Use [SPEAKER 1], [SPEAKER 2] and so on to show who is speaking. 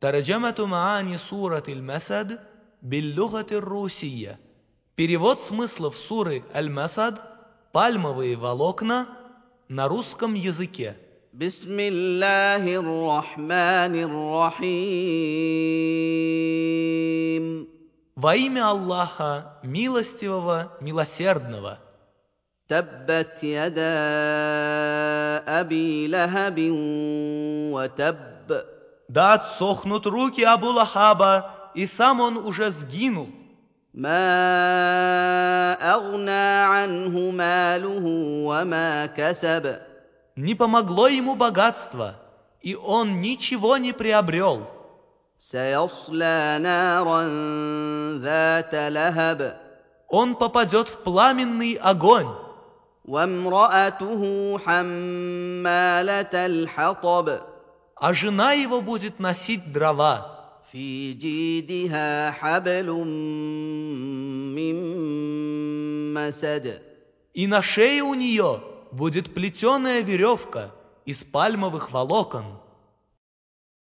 [SPEAKER 1] Тараджамату маани сурат Аль-Масад биллюгати русия. Перевод смыслов суры Аль-Масад «Пальмовые волокна» на русском языке.
[SPEAKER 2] بسم الله الرحمن الرحيم
[SPEAKER 1] Во имя Аллаха, милостивого, милосердного.
[SPEAKER 2] تبت يدا ابي لهب وتب
[SPEAKER 1] Да отсохнут руки Абу Лахаба, и сам он уже сгинул.
[SPEAKER 2] ما اغنى عنه ماله وما كسب
[SPEAKER 1] Не помогло ему богатство, и он ничего не приобрел.
[SPEAKER 2] سيصلى نارا ذات لهب
[SPEAKER 1] Он попадет в пламенный огонь.
[SPEAKER 2] وامراته حماله الحطب
[SPEAKER 1] а жена его будет носить дрова.
[SPEAKER 2] في جيدها حبل من مسد
[SPEAKER 1] И на шее у нее будет плетеная веревка из пальмовых волокон.